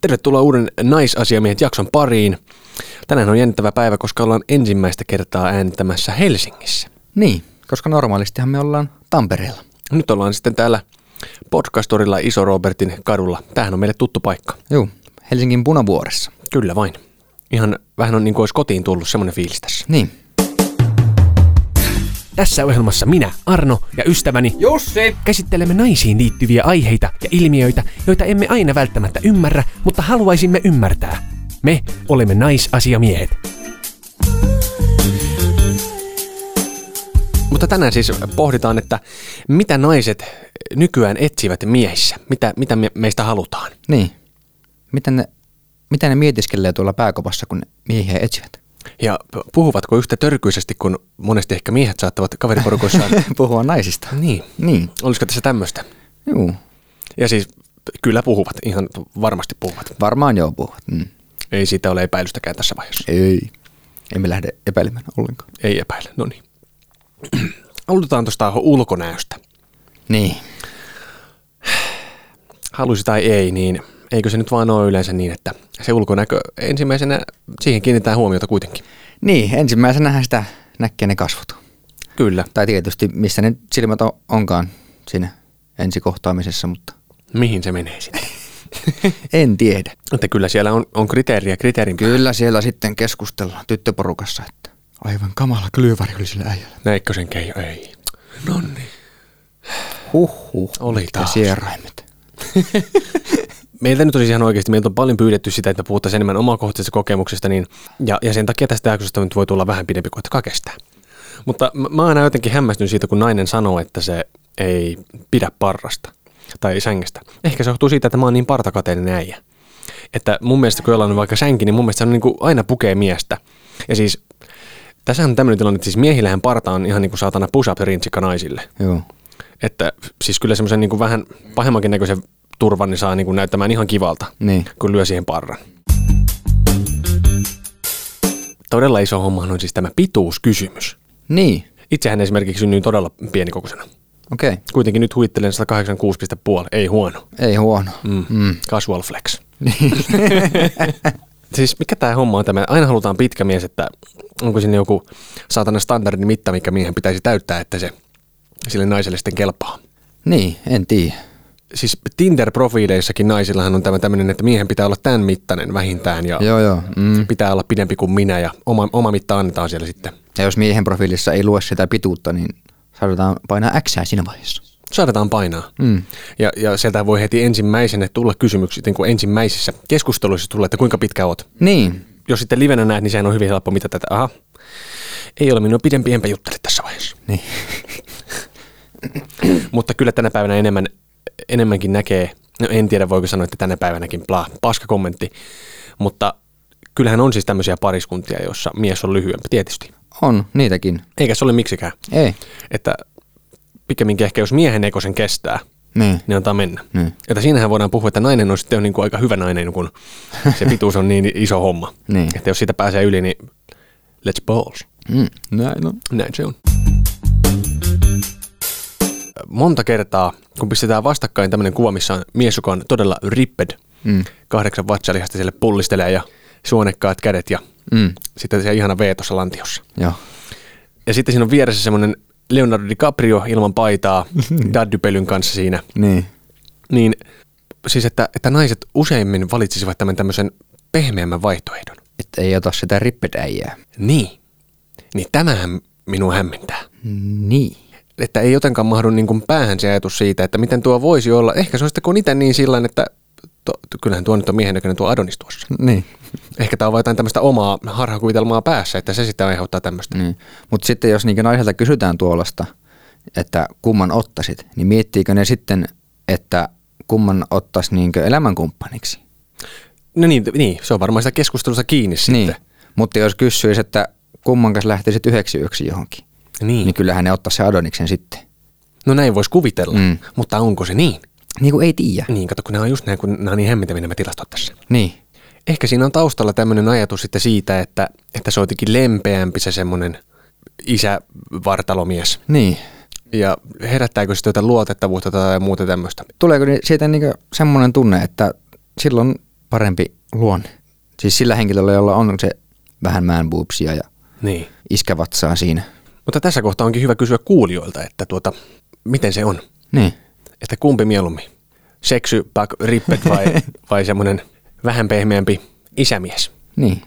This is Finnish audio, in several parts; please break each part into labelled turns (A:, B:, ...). A: Tervetuloa uuden Naisasiamiehet jakson pariin. Tänään on jännittävä päivä, koska ollaan ensimmäistä kertaa äänittämässä Helsingissä.
B: Niin, koska normaalistihan me ollaan Tampereella.
A: Nyt ollaan sitten täällä podcastorilla Iso Robertin kadulla. Tämähän on meille tuttu paikka.
B: Joo, Helsingin punavuoressa.
A: Kyllä vain. Ihan vähän on niin kuin olisi kotiin tullut semmoinen fiilis tässä.
B: Niin.
A: Tässä ohjelmassa minä, Arno ja ystäväni
B: Jussi!
A: käsittelemme naisiin liittyviä aiheita ja ilmiöitä, joita emme aina välttämättä ymmärrä, mutta haluaisimme ymmärtää. Me olemme naisasiamiehet. Mutta tänään siis pohditaan, että mitä naiset nykyään etsivät miehissä, mitä, mitä me, meistä halutaan.
B: Niin. Miten ne, miten ne mietiskelee tuolla pääkopassa, kun ne miehiä etsivät?
A: Ja p- puhuvatko yhtä törkyisesti, kun monesti ehkä miehet saattavat kaveriporukoissaan.
B: Puhua naisista.
A: niin,
B: Niin.
A: olisiko tässä tämmöistä?
B: Joo.
A: Ja siis kyllä puhuvat, ihan varmasti puhuvat.
B: Varmaan joo puhuvat. Mm.
A: Ei siitä ole epäilystäkään tässä vaiheessa.
B: Ei. Emme lähde epäilemään ollenkaan.
A: Ei epäile, no niin. Aloitetaan tuosta ulkonäöstä.
B: Niin.
A: Halusi tai ei, niin eikö se nyt vaan ole yleensä niin, että se ulkonäkö ensimmäisenä, siihen kiinnitetään huomiota kuitenkin.
B: Niin, ensimmäisenähän sitä näkee ne kasvot.
A: Kyllä.
B: Tai tietysti, missä ne silmät on- onkaan siinä ensikohtaamisessa, mutta
A: Mihin se menee sitten?
B: en tiedä.
A: Että kyllä siellä on, on kriteeriä kriteerin päällä.
B: Kyllä siellä sitten keskustellaan tyttöporukassa, että aivan kamala klyövari oli sillä äijällä.
A: Näikö sen keijo? Ei. Nonni.
B: Huhhuh.
A: Oli
B: Ja
A: taas.
B: sieraimet.
A: Meiltä nyt olisi ihan oikeasti, meiltä on paljon pyydetty sitä, että puhuttaisiin enemmän omakohtaisesta kokemuksesta, niin, ja, ja sen takia tästä jaksosta nyt voi tulla vähän pidempi kuin että kestää. Mutta mä, mä aina jotenkin hämmästyn siitä, kun nainen sanoo, että se ei pidä parrasta tai sängestä. Ehkä se johtuu siitä, että mä oon niin partakateinen äijä. Että mun mielestä, kun jollain on vaikka sänki, niin mun mielestä se on niin kuin aina pukee miestä. Ja siis, tässä on tämmöinen tilanne, että siis miehillähän parta on ihan niin kuin saatana push-up-rintsikka naisille.
B: Joo.
A: Että siis kyllä semmoisen niin kuin vähän pahemmankin näköisen turvan niin saa niin kuin näyttämään ihan kivalta,
B: Niin.
A: kun lyö siihen parran. Todella iso homma on siis tämä pituuskysymys.
B: Niin.
A: Itsehän esimerkiksi synnyin todella pienikokoisena.
B: Okei. Okay.
A: Kuitenkin nyt huittelen 186,5, ei huono.
B: Ei huono.
A: Mm.
B: Mm.
A: Casual flex. siis mikä tämä homma on tämä? Aina halutaan pitkä mies, että onko siinä joku saatana standardin mitta, mikä miehen pitäisi täyttää, että se sille naiselle sitten kelpaa.
B: Niin, en tiedä.
A: siis Tinder-profiileissakin naisillahan on tämä tämmöinen, että miehen pitää olla tämän mittainen vähintään ja
B: Joo, joo. Mm.
A: pitää olla pidempi kuin minä ja oma, oma mitta annetaan siellä sitten.
B: Ja jos miehen profiilissa ei lue sitä pituutta, niin saadaan painaa X siinä vaiheessa.
A: Saadaan painaa.
B: Mm.
A: Ja, ja sieltä voi heti ensimmäisenä tulla kysymyksiä, niin kuin ensimmäisissä keskusteluissa tulee, että kuinka pitkä oot.
B: Niin.
A: Jos sitten livenä näet, niin sehän on hyvin helppo mitä tätä. Aha, ei ole minua pidempi, enpä juttele tässä vaiheessa.
B: Niin.
A: Mutta kyllä tänä päivänä enemmän, enemmänkin näkee, no en tiedä voiko sanoa, että tänä päivänäkin plaa, paska kommentti, mutta kyllähän on siis tämmöisiä pariskuntia, joissa mies on lyhyempi tietysti.
B: On, niitäkin.
A: Eikä se ole miksikään,
B: Ei.
A: että pikemminkin ehkä jos miehen ekosen kestää,
B: Niin.
A: niin antaa mennä.
B: Niin.
A: Että siinähän voidaan puhua, että nainen on sitten jo niin kuin aika hyvä nainen, kun se pituus on niin iso homma.
B: Niin.
A: Että jos siitä pääsee yli, niin let's balls.
B: Mm. Näin on.
A: Näin se on. Monta kertaa, kun pistetään vastakkain tämmöinen kuva, missä on mies, joka on todella ripped,
B: Mm.
A: kahdeksan vatsalihasta sille pullistelee ja suonekkaat kädet ja
B: Mm.
A: sitten se ihana V tuossa lantiossa.
B: Joo.
A: Ja sitten siinä on vieressä semmoinen Leonardo DiCaprio ilman paitaa, daddypelyn kanssa siinä.
B: Niin.
A: Niin siis, että, että naiset useimmin valitsisivat tämän tämmöisen pehmeämmän vaihtoehdon.
B: Että ei ota sitä rippedäijää.
A: Niin. Niin tämähän minua hämmentää.
B: Niin.
A: että ei jotenkaan mahdu niin kuin päähän se ajatus siitä, että miten tuo voisi olla. Ehkä se on sitten kun itse niin sillä että to, kyllähän tuo nyt on miehen näköinen tuo Adonis tuossa.
B: Niin.
A: Ehkä tämä on vain jotain tämmöistä omaa harhakuvitelmaa päässä, että se sitten aiheuttaa tämmöistä.
B: Niin. Mutta sitten jos niinkin naiselta kysytään tuollasta, että kumman ottaisit, niin miettiikö ne sitten, että kumman ottaisi niinkö elämänkumppaniksi?
A: No niin, niin, se on varmaan sitä keskustelusta kiinni
B: Niin.
A: sitten.
B: Mutta jos kysyisi, että kumman kanssa lähtisit yhdeksi yöksi johonkin,
A: Niin.
B: niin,
A: niin.
B: niin kyllähän ne ottaisi se Adoniksen sitten.
A: No näin voisi kuvitella, mm.
B: Mm.
A: mutta onko se niin?
B: Niin kuin ei tiedä.
A: Niin, kato, kun nämä on just näin, kun nämä on niin hämmentäviä nämä tilastot tässä.
B: Niin.
A: Ehkä siinä on taustalla tämmöinen ajatus sitten siitä, että, että se on jotenkin lempeämpi se semmoinen isä-vartalomies.
B: Niin.
A: Ja herättääkö se tuota luotettavuutta tai muuta tämmöistä?
B: Tuleeko ni- siitä niinkö semmoinen tunne, että silloin parempi luonne. Siis sillä henkilöllä, jolla on se vähän man boobsia ja
A: Niin.
B: iskävatsaa siinä.
A: Mutta tässä kohtaa onkin hyvä kysyä kuulijoilta, että tuota, miten se on?
B: Niin.
A: Että kumpi mieluummin? Seksy, pak, rippet vai, vai semmoinen vähän pehmeämpi isämies?
B: Niin.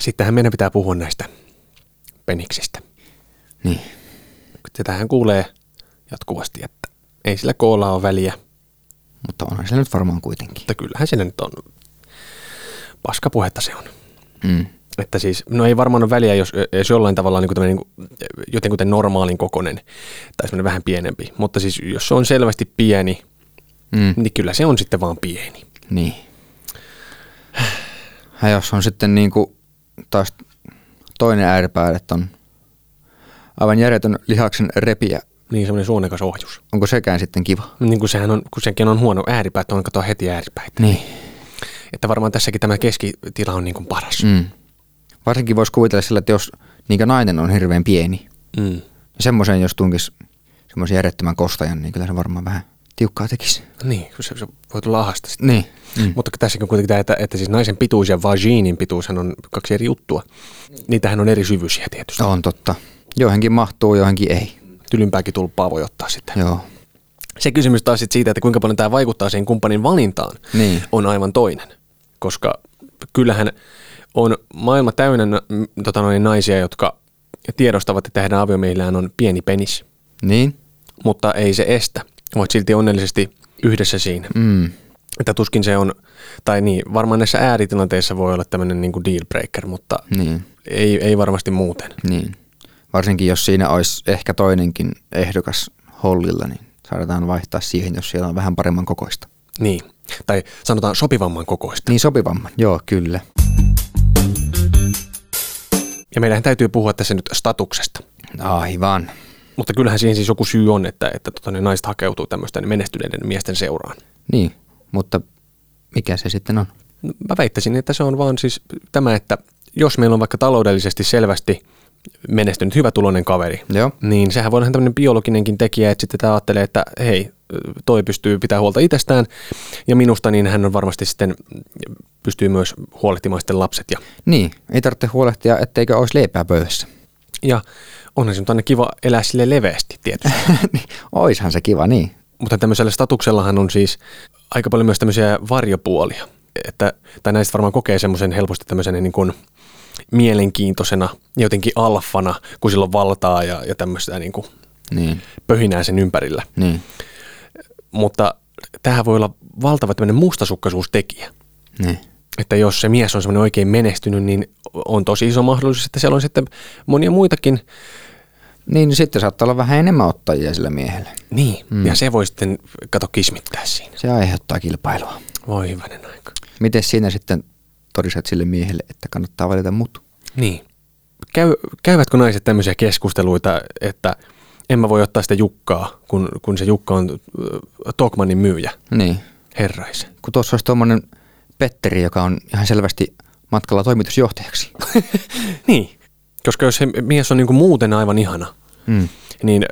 A: Sittenhän meidän pitää puhua näistä peniksistä.
B: Niin.
A: Sitähän kuulee jatkuvasti, että ei sillä koolla ole väliä,
B: Mutta onhan sillä nyt varmaan kuitenkin.
A: mutta kyllähän siinä nyt on paskapuhetta se on.
B: Mm.
A: Että siis, no ei varmaan ole väliä, jos, jos jollain tavalla niin kuin niin jotenkin normaalin kokonen tai semmoinen vähän pienempi. Mutta siis jos se on selvästi pieni,
B: Mm.
A: niin kyllä se on sitten vaan pieni.
B: Niin. Ja jos on sitten niinku taas toinen ääripää, että on aivan järjetön lihaksen repiä,
A: Niin semmoinen suonekas ohjus.
B: onko sekään sitten kiva?
A: Niin kuin sehän on, kun sekin on huono ääripäät, on katsoa heti ääripäitä.
B: Niin.
A: Että varmaan tässäkin tämä keskitila on niin kuin paras.
B: Mm. Varsinkin voisi kuvitella sillä, että jos niinkö nainen on hirveän pieni,
A: Mm.
B: ja semmoiseen jos tunkis semmoisen järjettömän kostajan, niin kyllä se varmaan vähän tiukkaa tekisi.
A: Niin, kun se, se voi tulla ahasta sitten.
B: Niin. Mm.
A: Mutta tässäkin on kuitenkin tämä, että, että siis naisen pituus ja vagiinin pituushan on kaksi eri juttua. Niitähän on eri syvyysiä tietysti.
B: On totta. Joihinkin mahtuu, joihinkin ei.
A: Tylympääkin tulppaa voi ottaa sitten.
B: Joo.
A: Se kysymys taas sit siitä, että kuinka paljon tämä vaikuttaa siihen kumppanin valintaan,
B: Niin.
A: on aivan toinen. Koska kyllähän on maailma täynnä mm, tota noin, naisia, jotka tiedostavat, että heidän aviomiehillään on pieni penis,
B: Niin?
A: mutta ei se estä. Voit silti onnellisesti yhdessä siinä.
B: Mm.
A: Että tuskin se on, tai niin, varmaan näissä ääritilanteissa voi olla tämmöinen niinku deal breaker, mutta
B: Niin.
A: ei, ei varmasti muuten.
B: Niin. Varsinkin jos siinä olisi ehkä toinenkin ehdokas hollilla, niin saadaan vaihtaa siihen, jos siellä on vähän paremman kokoista.
A: Niin, tai sanotaan sopivamman kokoista.
B: Niin sopivamman, joo kyllä.
A: Ja meidän täytyy puhua tässä nyt statuksesta.
B: Aivan.
A: Mutta kyllähän siihen siis joku syy on, että, että tota, ne naiset hakeutuu tämmöisten menestyneiden miesten seuraan.
B: Niin, mutta mikä se sitten on?
A: No, Mä väittäisin, että se on vaan siis tämä, että jos meillä on vaikka taloudellisesti selvästi menestynyt hyvätuloinen kaveri,
B: Joo.
A: niin sehän voi olla ihan tämmöinen biologinenkin tekijä, että sitten tämä ajattelee, että hei, toi pystyy pitää huolta itsestään ja minusta, niin hän on varmasti sitten pystyy myös huolehtimaan sitten lapset. Ja,
B: Niin, ei tarvitse huolehtia, etteikö olisi leipää pöydässä.
A: ja onhan se nyt aina kiva elää sille leveästi tietysti.
B: Niin, Oishan se kiva, niin.
A: Mutta tämmöisellä statuksellahan on siis aika paljon myös tämmöisiä varjopuolia. Että, tai näistä varmaan kokee semmoisen helposti tämmöisen niin kuin mielenkiintoisena, jotenkin alfana, kun sillä on valtaa ja, ja tämmöistä niin kuin
B: Niin,
A: pöhinää sen ympärillä.
B: niin,
A: Mutta tähän voi olla valtava tämmöinen mustasukkaisuustekijä.
B: niin.
A: Että jos se mies on semmoinen oikein menestynyt, niin on tosi iso mahdollisuus, että siellä on sitten monia muitakin.
B: Niin, sitten saattaa olla vähän enemmän ottajia sillä miehellä.
A: Niin, mm. ja se voi sitten, kato, kismittää siinä.
B: Se aiheuttaa kilpailua.
A: Voi hyvänen aika.
B: Miten siinä sitten todistat sille miehelle, että kannattaa valita mut?
A: Niin. Käy, käyvätkö naiset tämmöisiä keskusteluita, että en mä voi ottaa sitä Jukkaa, kun, kun se Jukka on äh, Tokmanin myyjä,
B: Niin.
A: herraisen.
B: kun tuossa olisi tuommoinen Petteri, joka on ihan selvästi matkalla toimitusjohtajaksi.
A: niin. Koska jos se mies on niinku muuten aivan ihana,
B: Mm.
A: niin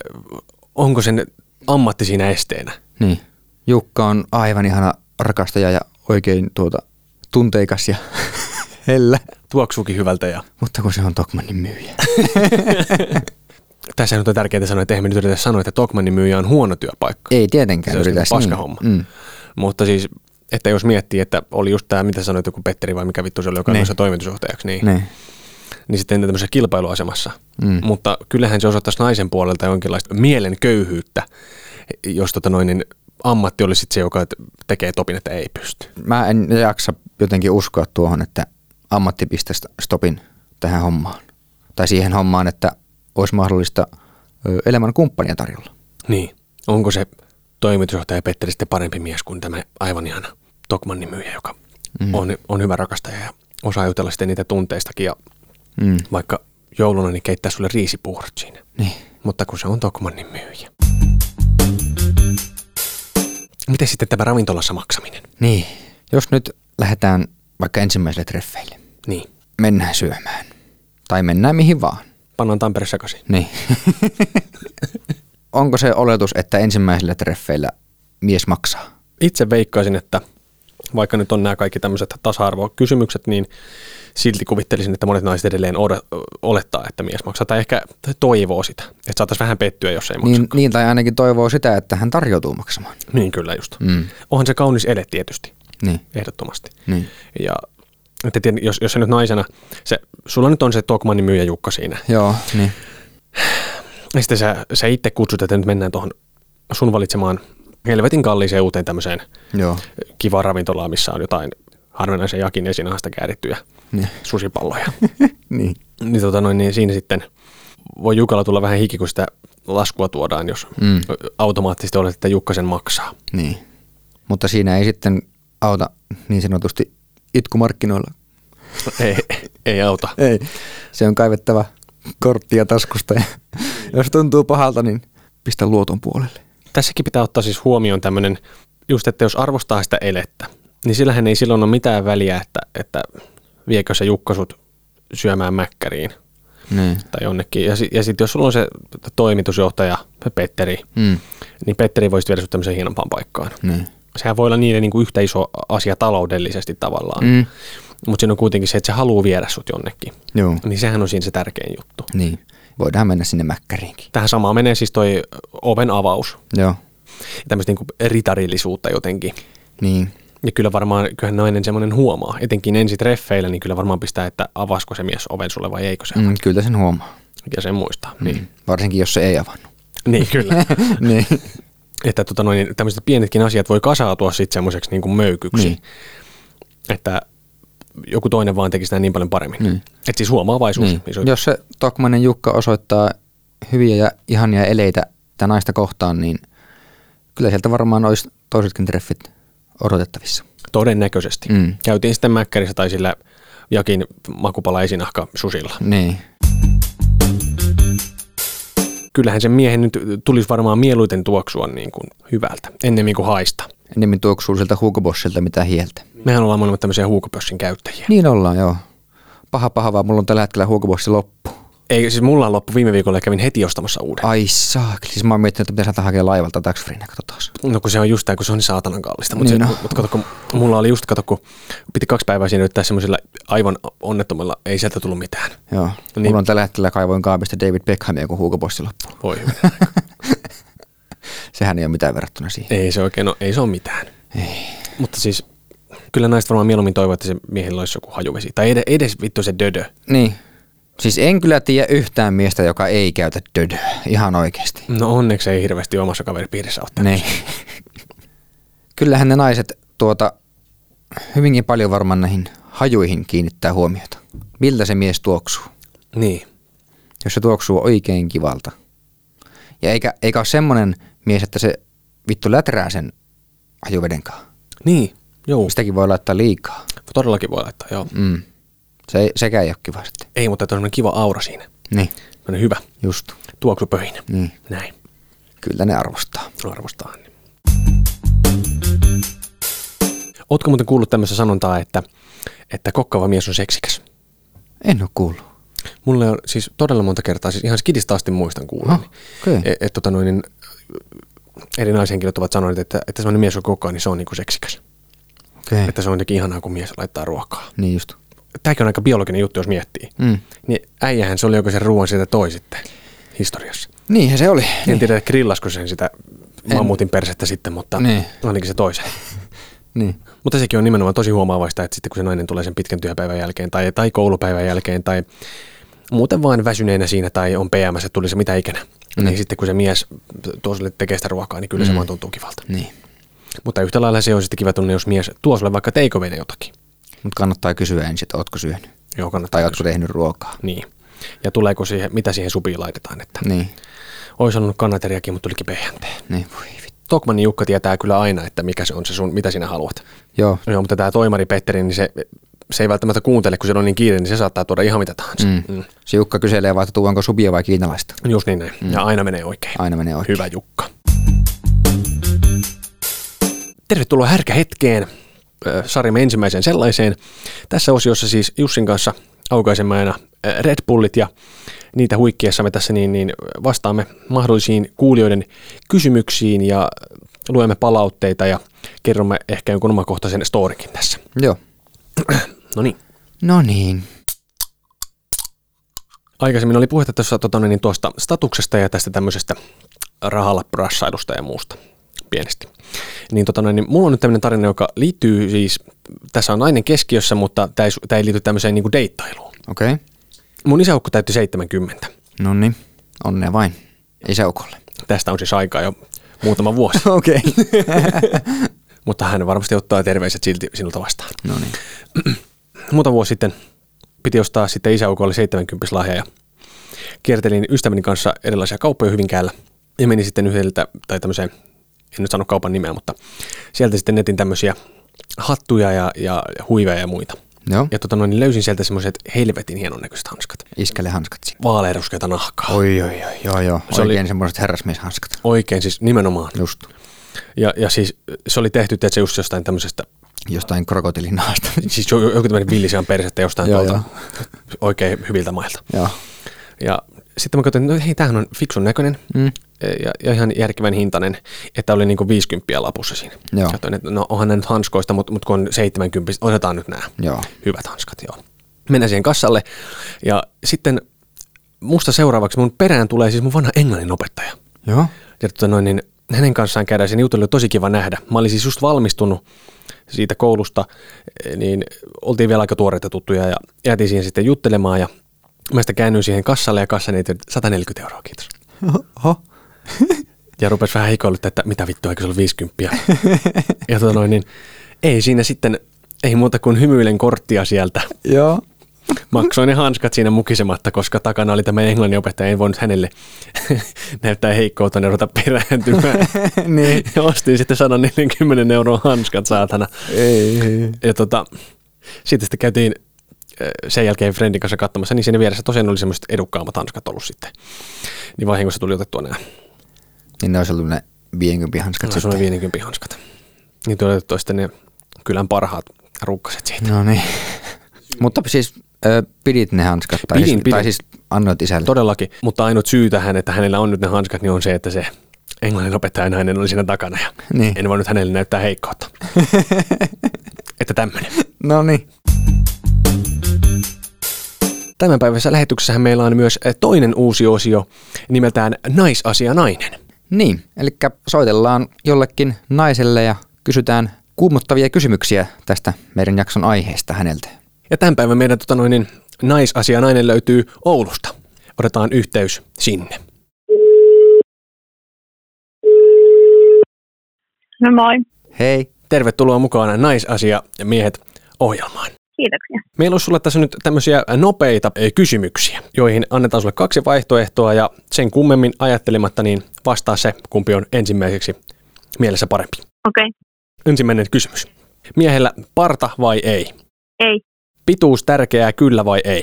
A: onko sen ammatti siinä esteenä?
B: Niin. Jukka on aivan ihana rakastaja ja oikein tuota tunteikas ja hellä,
A: Tuoksuukin hyvältä ja
B: mutta kun se on Tokmannin myyjä.
A: tässä nyt on tärkeää sanoa, että eihän me nyt yritä sanoa, että Tokmanin myyjä on huono työpaikka.
B: Ei tietenkään
A: Se olisi
B: yritä
A: niinku paskahomma.
B: Niin. Mm.
A: Mutta siis, että jos miettii, että oli just tämä, mitä sanoit, joku Petteri vai mikä vittu se oli, joka
B: Niin.
A: niin. toimitusjohtajaksi, niin,
B: Niin.
A: niin sitten tämmöisessä kilpailuasemassa.
B: Mm.
A: Mm. Mutta kyllähän se osoittaisi naisen puolelta jonkinlaista mielen köyhyyttä, jos tota noin, niin ammatti olisi sit se, joka t- tekee topin, että ei pysty.
B: Mä en jaksa jotenkin uskoa tuohon, että ammatti pistäisi stopin tähän hommaan. Tai siihen hommaan, että olisi mahdollista ö, elämän kumppania tarjolla.
A: Niin. Onko se toimitusjohtaja Petteri sitten parempi mies kuin tämä aivan ihana Tokmannin myyjä, joka mm. on, on hyvä rakastaja ja osaa jutella sitten niitä tunteistakin ja
B: Mm.
A: vaikka jouluna niin keittää sulle riisipuurot siinä.
B: Niin.
A: Mutta kun se on Tokmannin myyjä. Miten sitten tämä ravintolassa maksaminen?
B: Niin. Jos nyt lähdetään vaikka ensimmäiselle treffeille,
A: Niin.
B: mennään syömään. Tai mennään mihin vaan.
A: Pannaan Tampere sekaisin.
B: Niin. onko se oletus, että ensimmäisillä treffeillä mies maksaa?
A: Itse veikkaisin, että vaikka nyt on nämä kaikki tämmöiset tasa-arvokysymykset, niin silti kuvittelisin, että monet naiset edelleen od- olettaa, että mies maksaa, tai ehkä toivoo sitä, että saataisiin vähän pettyä, jos ei maksa.
B: Niin, niin, tai ainakin toivoo sitä, että hän tarjoutuu maksamaan.
A: Niin kyllä just.
B: Mm.
A: Onhan se kaunis ele tietysti,
B: Niin,
A: ehdottomasti.
B: niin.
A: Ja että tiedän, jos, jos sä nyt naisena, se, sulla nyt on se Tokmannin myyjä Jukka siinä.
B: Joo, niin.
A: Ja sitten sä, sä itse kutsut, että nyt mennään tuohon sun valitsemaan helvetin kalliiseen uuteen tämmöiseen
B: Joo.
A: kivaan ravintolaan, missä on jotain harvinaisen jakin esinahasta käärittyjä
B: Niin.
A: susipalloja.
B: niin.
A: niin, tota noin, niin siinä sitten voi Jukalla tulla vähän hiki, kun sitä laskua tuodaan, jos
B: Mm.
A: mm. automaattisesti olet, että Jukka sen maksaa.
B: Niin. Mutta siinä ei sitten auta niin sanotusti itkumarkkinoilla.
A: ei, ei auta.
B: Ei. Se on kaivettava korttia taskusta ja jos tuntuu pahalta, niin pistä luoton puolelle.
A: Tässäkin pitää ottaa siis huomioon tämmöinen, just että jos arvostaa sitä elettä, niin sillähän ei silloin ole mitään väliä, että, että viekö se Jukka sut syömään mäkkäriin
B: Niin.
A: tai jonnekin. Ja, si- ja sitten jos sulla on se toimitusjohtaja Petteri,
B: Mm.
A: niin Petteri voisi viedä sut tämmöiseen hienompaan paikkaan.
B: Niin.
A: Sehän voi olla niille niin kuin yhtä iso asia taloudellisesti tavallaan, mm.
B: Mm.
A: mutta siinä on kuitenkin se, että se haluaa viedä sut jonnekin.
B: Joo.
A: Niin sehän on siinä se tärkein juttu.
B: Niin. Voidaan mennä sinne mäkkäriinkin.
A: Tähän samaan menee siis toi oven avaus,
B: Joo.
A: tämmöistä niin kuin ritarillisuutta jotenkin.
B: Niin.
A: Ja kyllä varmaan, kyllähän nainen semmoinen huomaa, etenkin ensi treffeillä, niin kyllä varmaan pistää, että avasko se mies oven sulle vai eikö se,
B: Mm, kyllä sen huomaa.
A: ja sen muistaa. Niin,
B: Mm. Varsinkin jos se ei avannut.
A: niin kyllä.
B: niin.
A: että tota noin, tämmöiset pienetkin asiat voi kasautua sitten semmoiseksi niin kuin möykyksi,
B: Niin.
A: niin. että joku toinen vaan tekisi sitä niin paljon paremmin.
B: Niin.
A: Niin. Että siis huomaavaisuus.
B: niin.
A: Niin. Iso,
B: Jos se Tokmanen Jukka osoittaa hyviä ja ihania eleitä tätä naista kohtaan, niin kyllä sieltä varmaan olisi toisetkin treffit odotettavissa.
A: Todennäköisesti.
B: Mm.
A: Mm. Käytiin sitten mäkkärissä tai sillä jakin makupala esinahka susilla.
B: Niin.
A: Kyllähän sen miehen nyt tulisi varmaan mieluiten tuoksua niin kuin hyvältä, ennemmin kuin haista.
B: Ennemmin tuoksuu sieltä Hugo Bossilta mitä hieltä.
A: Mehän ollaan molemmat tämmöisiä huukopössin käyttäjiä.
B: Niin ollaan, joo. Paha paha vaan, mulla on tällä hetkellä Hugo Bossi loppu.
A: Ei, siis mulla on loppu viime viikolla ja kävin heti ostamassa uuden.
B: Ai saakeli. Siis mä oon miettinyt, että pitäisi lähteä hakemaan laivalta tax freena, katsotaan.
A: No kun se on just tämä, kun se on niin saatanan kallista. Mutta
B: Niin
A: niin
B: on.
A: no. mut kato, kun mulla oli just, kato, kun piti kaksi päivää siinä yrittää semmoisella aivan onnettomalla, ei sieltä tullut mitään.
B: Joo. Niin.
A: Niin.
B: Mulla on tällä hetkellä kaivoin kaapista David Beckhamia, kun Hugo Bossi loppu.
A: Voi hyvä.
B: Sehän ei ole mitään verrattuna siihen.
A: ei se oikein, no ei se ole mitään.
B: Ei.
A: Mutta siis kyllä naiset varmaan mieluummin toivoo, että se miehellä olisi joku hajuvesi. Tai edes, edes vittu se dödö.
B: Niin. Siis en kyllä tiedä yhtään miestä, joka ei käytä dödöä. Ihan oikeasti.
A: No onneksi ei hirveästi omassa kaveripiirissä ole.
B: Niin. Kyllähän ne naiset tuota hyvinkin paljon varmaan näihin hajuihin kiinnittää huomiota. Miltä se mies tuoksuu?
A: Niin.
B: Jos se tuoksuu oikein kivalta. Ja eikä, eikä ole semmoinen mies, että se vittu läträä sen hajuvedenkaan.
A: Niin, joo.
B: Sitäkin voi laittaa liikaa.
A: Todellakin voi laittaa, joo.
B: Mm. Se ei, sekään ei ole kiva sitten.
A: Ei, mutta tuommoinen kiva aura siinä.
B: Niin,
A: Tuommoinen hyvä
B: just.
A: tuoksupöhinä.
B: Niin.
A: Näin.
B: Kyllä ne arvostaa.
A: arvostaa. niin. Ootko muuten kuullut tämmöistä sanontaa, että, että kokkava mies on seksikäs?
B: En ole kuullut.
A: Mulle on siis todella monta kertaa, siis ihan skidistä asti muistan kuulla.
B: Aha, okei.
A: että et, tota noin, niin, eri naishenkilöt ovat sanoneet, että, että semmoinen mies on kokkaan, niin se on niinku seksikäs.
B: Okei.
A: Että se on jotenkin ihanaa, kun mies laittaa ruokaa.
B: Niin just.
A: Tämäkin on aika biologinen juttu, jos miettii.
B: Mm.
A: Niin äijähän se oli, joka sen ruoan sieltä toi sitten historiassa.
B: Niinhän se oli. Niin.
A: En tiedä, grillasko sen sitä mammutin persettä sitten, mutta
B: Niin.
A: ainakin se toi sen.
B: Niin.
A: Mutta sekin on nimenomaan tosi huomaavaista, että sitten kun se nainen tulee sen pitkän työpäivän jälkeen tai, tai koulupäivän jälkeen tai muuten vaan väsyneenä siinä tai on PMS, että tuli se mitä ikinä. Mm. Niin sitten kun se mies tuo sulle tekee sitä ruokaa, niin kyllä mm. se vaan tuntuu kivalta.
B: Niin.
A: Mutta yhtä lailla se on sitten kiva tunne, jos mies tuo sulle vaikka teikovene jotakin.
B: Mutta kannattaa kysyä ensin, että ootko syönyt.
A: Joo, kannattaa.
B: Tai ootko tehnyt ruokaa.
A: Niin. Ja tuleeko siihen, mitä siihen supiin laitetaan, että mm.
B: Niin.
A: olisi ollut kannateriakin, mutta tulikin PHT.
B: Niin, voi vittu.
A: Tokmannin Jukka tietää kyllä aina, että mikä se on se sun, mitä sinä haluat.
B: Joo.
A: Joo, mutta tämä toimari Petteri, niin se, se ei välttämättä kuuntele, kun se on niin kiire, niin se saattaa tuoda ihan mitä tahansa.
B: Mm. Mm. Se Jukka kyselee vaan, että tuonko subia vai kiinalaista.
A: Just niin näin. Mm. Ja aina menee oikein.
B: Aina menee oikein.
A: Hyvä Jukka. Tervetuloa härkähetkeen, ö, sarjamme ensimmäiseen sellaiseen. Tässä osiossa siis Jussin kanssa aukaisemaan aina ö, Red Bullit ja niitä huikkiessamme tässä, niin, niin vastaamme mahdollisiin kuulijoiden kysymyksiin ja luemme palautteita ja kerromme ehkä jonkun omakohtaisen storinkin tässä.
B: Joo.
A: No niin.
B: No niin.
A: Aikaisemmin oli puhetta tuossa tota, niin tuosta statuksesta ja tästä tämmöisestä rahalla rassailusta ja muusta pienesti. Niin, tota, niin mulla on nyt tämmöinen tarina, joka liittyy siis, tässä on nainen keskiössä, mutta tämä ei, su- tää ei liity tämmöiseen niin kuin deittailuun.
B: Okei. Okay.
A: Mun isäukko täytti 70.
B: No niin. Onnea vain. Isäukolle.
A: Tästä on siis aikaa jo muutama vuosi,
B: Okei. Okay.
A: mutta hän varmasti ottaa terveiset silti sinulta vastaan.
B: no niin.
A: muutama vuosi sitten piti ostaa sitten isäukolle 70 lahja ja kiertelin ystäväni kanssa erilaisia kauppoja Hyvinkäällä ja menin sitten yhdeltä, tai tämmöiseen, en nyt sano kaupan nimeä, mutta sieltä sitten netin tämmöisiä hattuja ja, ja huiveja ja muita.
B: Joo.
A: Ja tota noin, niin löysin sieltä semmoiset helvetin hienon näköiset hanskat.
B: Iskälle hanskat siinä.
A: Vaaleeruskeita nahkaa.
B: Oi, oi, oi, joo, joo.
A: Se
B: Se
A: oli-
B: Oikein oli... semmoiset herrasmieshanskat.
A: Oikein siis nimenomaan.
B: Just.
A: Ja, ja siis se oli tehty, että se just jostain tämmöisestä
B: Jostain krokotiilin naasta.
A: siis jo- joku tämmöinen villisian persettä jostain
B: Joo,
A: tuolta oikein hyviltä mailta.
B: joo.
A: Ja sitten mä katsoin, että no hei, tämähän on fiksun näköinen e,
B: Mm.
A: ja, ja ihan järkevän hintainen, että oli niinku 50 lapussa siinä.
B: Joo.
A: Katsoin, että no onhan nämä nyt hanskoista, mutta mut kun on 70, otetaan nyt nämä
B: Joo.
A: hyvät hanskat, joo. Mennään siihen kassalle ja sitten musta seuraavaksi mun perään tulee siis mun vanha englannin opettaja.
B: Joo.
A: Ja tota noin, niin hänen kanssaan käydään sen jutun, oli tosi kiva nähdä. Mä olin siis just valmistunut siitä koulusta, eh, niin oltiin vielä aika tuoreita tuttuja ja jäätiin siihen sitten juttelemaan ja mä sitten käännyin siihen kassalle ja kassan eteen 140 euroa, kiitos.
B: Oho.
A: Ja rupesi vähän hikoillut, että mitä vittua, eikö se ole 50. ja tota noin, niin ei siinä sitten, ei muuta kuin hymyilen korttia sieltä.
B: Joo.
A: Maksoin ne hanskat siinä mukisematta, koska takana oli tämä englannin opettaja, en voinut hänelle näyttää heikkoutta ja ruveta perääntymään.
B: niin.
A: Ja ostin sitten 140 euroa hanskat saatana.
B: Ei, ei.
A: Ja tota, siitä sitten käytiin ö, sen jälkeen Friendin kanssa katsomassa, niin siinä vieressä tosiaan oli semmoiset edukkaammat hanskat ollut sitten. Niin vahingossa tuli otettua
B: No
A: nämä
B: Niin ne olisi ollut ne 50 hanskat
A: no,
B: sitten.
A: sulle 50 hanskat. Niin tuli otettua sitten ne kylän parhaat rukkaset siitä.
B: No niin. Mutta siis ö, pidit ne hanskat. Tai,
A: Pidin,
B: siis,
A: pidin.
B: tai siis annoit isälle.
A: Todellakin, mutta ainut syy tähän, että hänellä on nyt ne hanskat, niin on se, että se englannin opettajanainen oli siinä takana ja
B: Niin.
A: en voinut hänelle näyttää heikkoutta. että tämmöinen.
B: no niin.
A: Tämän päivässä lähetyksessähän meillä on myös eh, toinen uusi osio nimeltään Naisasia nainen.
B: Niin, eli soitellaan jollekin naiselle ja kysytään kuumottavia kysymyksiä tästä meidän jakson aiheesta häneltä.
A: Ja tämän päivän meidän tota noin, niin, Naisasia nainen löytyy Oulusta. Otetaan yhteys sinne.
C: No moi,
B: Hei.
A: Tervetuloa mukaan Naisasia ja miehet ohjelmaan.
C: kiitoksia.
A: Meillä on sulle tässä nyt tämmöisiä nopeita eh, kysymyksiä, joihin annetaan sulle kaksi vaihtoehtoa ja sen kummemmin ajattelematta niin vastaa se, kumpi on ensimmäiseksi mielessä parempi.
C: Okei, okay.
A: Ensimmäinen kysymys. Miehellä parta vai ei?
C: ei,
A: Pituus tärkeää kyllä vai ei?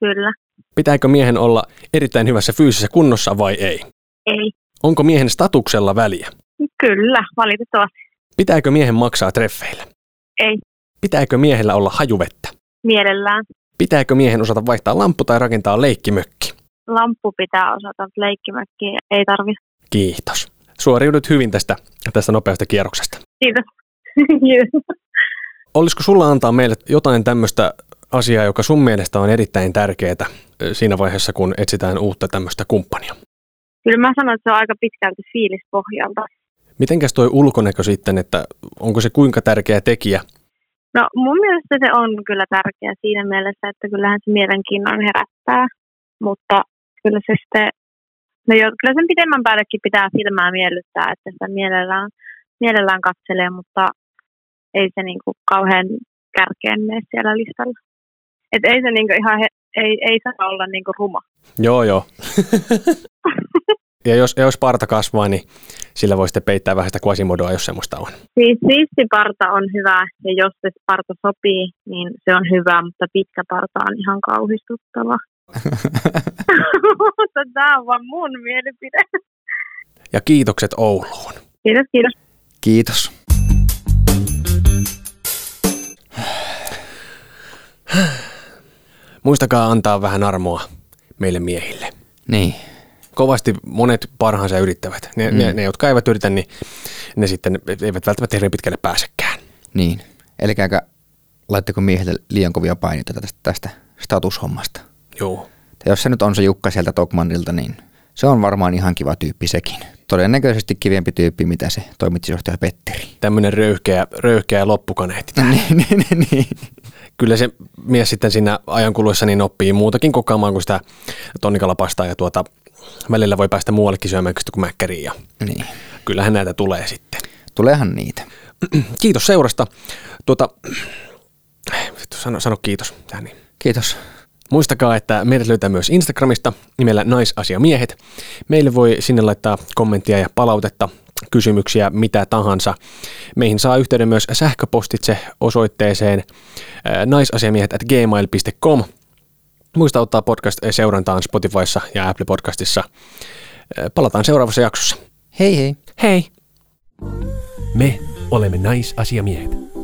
C: kyllä,
A: Pitääkö miehen olla erittäin hyvässä fyysisessä kunnossa vai ei?
C: ei,
A: Onko miehen statuksella väliä?
C: kyllä, valitettavasti
A: Pitääkö miehen maksaa treffeillä?
C: Ei.
A: Pitääkö miehellä olla hajuvettä?
C: mielellään.
A: Pitääkö miehen osata vaihtaa lamppu tai rakentaa leikkimökki?
C: Lamppu pitää osata leikkimökkiä, ei tarvi.
A: Kiitos. Suoriudut hyvin tästä, tästä nopeasta kierroksesta.
C: Kiitos.
A: Olisiko sulla antaa meille jotain tämmöistä asiaa, joka sun mielestä on erittäin tärkeää ö, siinä vaiheessa, kun etsitään uutta tämmöistä kumppania?
C: kyllä mä sanon, että se on aika pitkälti fiilispohjalta.
A: Mitenkäs toi ulkonäkö sitten, että onko se kuinka tärkeä tekijä?
C: No mun mielestä se on kyllä tärkeä siinä mielessä, että kyllähän se mielenkiinnon herättää, mutta kyllä se sitten, no jo, kyllä sen pitemmän päällekin pitää silmää miellyttää, että sitä mielellään, mielellään katselee, mutta ei se niin kuin kauhean kärkeen mene siellä listalla. Et ei se niin kuin ihan, he, ei, ei saa olla niin kuin ruma.
A: Joo, joo. ja jos, ja jos parta kasvaa, niin sillä voi sitten peittää vähän sitä quasimodoa, jos semmoista on.
C: Siis siistiparta on hyvä ja jos se parta sopii, niin se on hyvä, mutta pitkä parta on ihan kauhistuttava. mutta tämä on vaan mun mielipide.
A: Ja kiitokset Ouluun.
C: Kiitos, kiitos.
B: Kiitos.
A: Muistakaa antaa vähän armoa meille miehille.
B: Niin.
A: Kovasti monet parhaansa yrittävät. Ne, mm. ne, ne jotka eivät yritä, niin ne sitten eivät välttämättä hirveän pitkälle pääsekään.
B: Niin. Älkääkä laittako miehille liian kovia paineita tästä, tästä statushommasta.
A: Joo.
B: Ja jos se nyt on se Jukka sieltä Tokmanilta, niin se on varmaan ihan kiva tyyppi sekin. Todennäköisesti kivempi tyyppi, mitä se toimitusjohtaja Petteri.
A: Tämmöinen röyhkeä, röyhkeä loppukaneetti.
B: niin, niin, niin, niin.
A: Kyllä se mies sitten siinä ajan kuluessa niin oppii muutakin kokaamaan kuin sitä tonnikalapastaa ja tuota, välillä voi päästä muuallekin syömään kuin sitten kuin mäkkäriin ja
B: niin.
A: kyllähän näitä tulee sitten.
B: Tuleehan niitä.
A: Kiitos seurasta. Tuota, vittu, sano, sano kiitos tähän niin.
B: Kiitos.
A: Muistakaa, että meidät löytää myös Instagramista nimellä naisasiamiehet. Meille voi sinne laittaa kommenttia ja palautetta, kysymyksiä, mitä tahansa. Meihin saa yhteyden myös sähköpostitse osoitteeseen äh, naisasiamiehet at gmail.com. Muista ottaa podcast äh, seurantaan Spotifyssa ja Apple Podcastissa. Äh, Palataan seuraavassa jaksossa.
B: Hei hei.
A: Hei! Me olemme naisasiamiehet.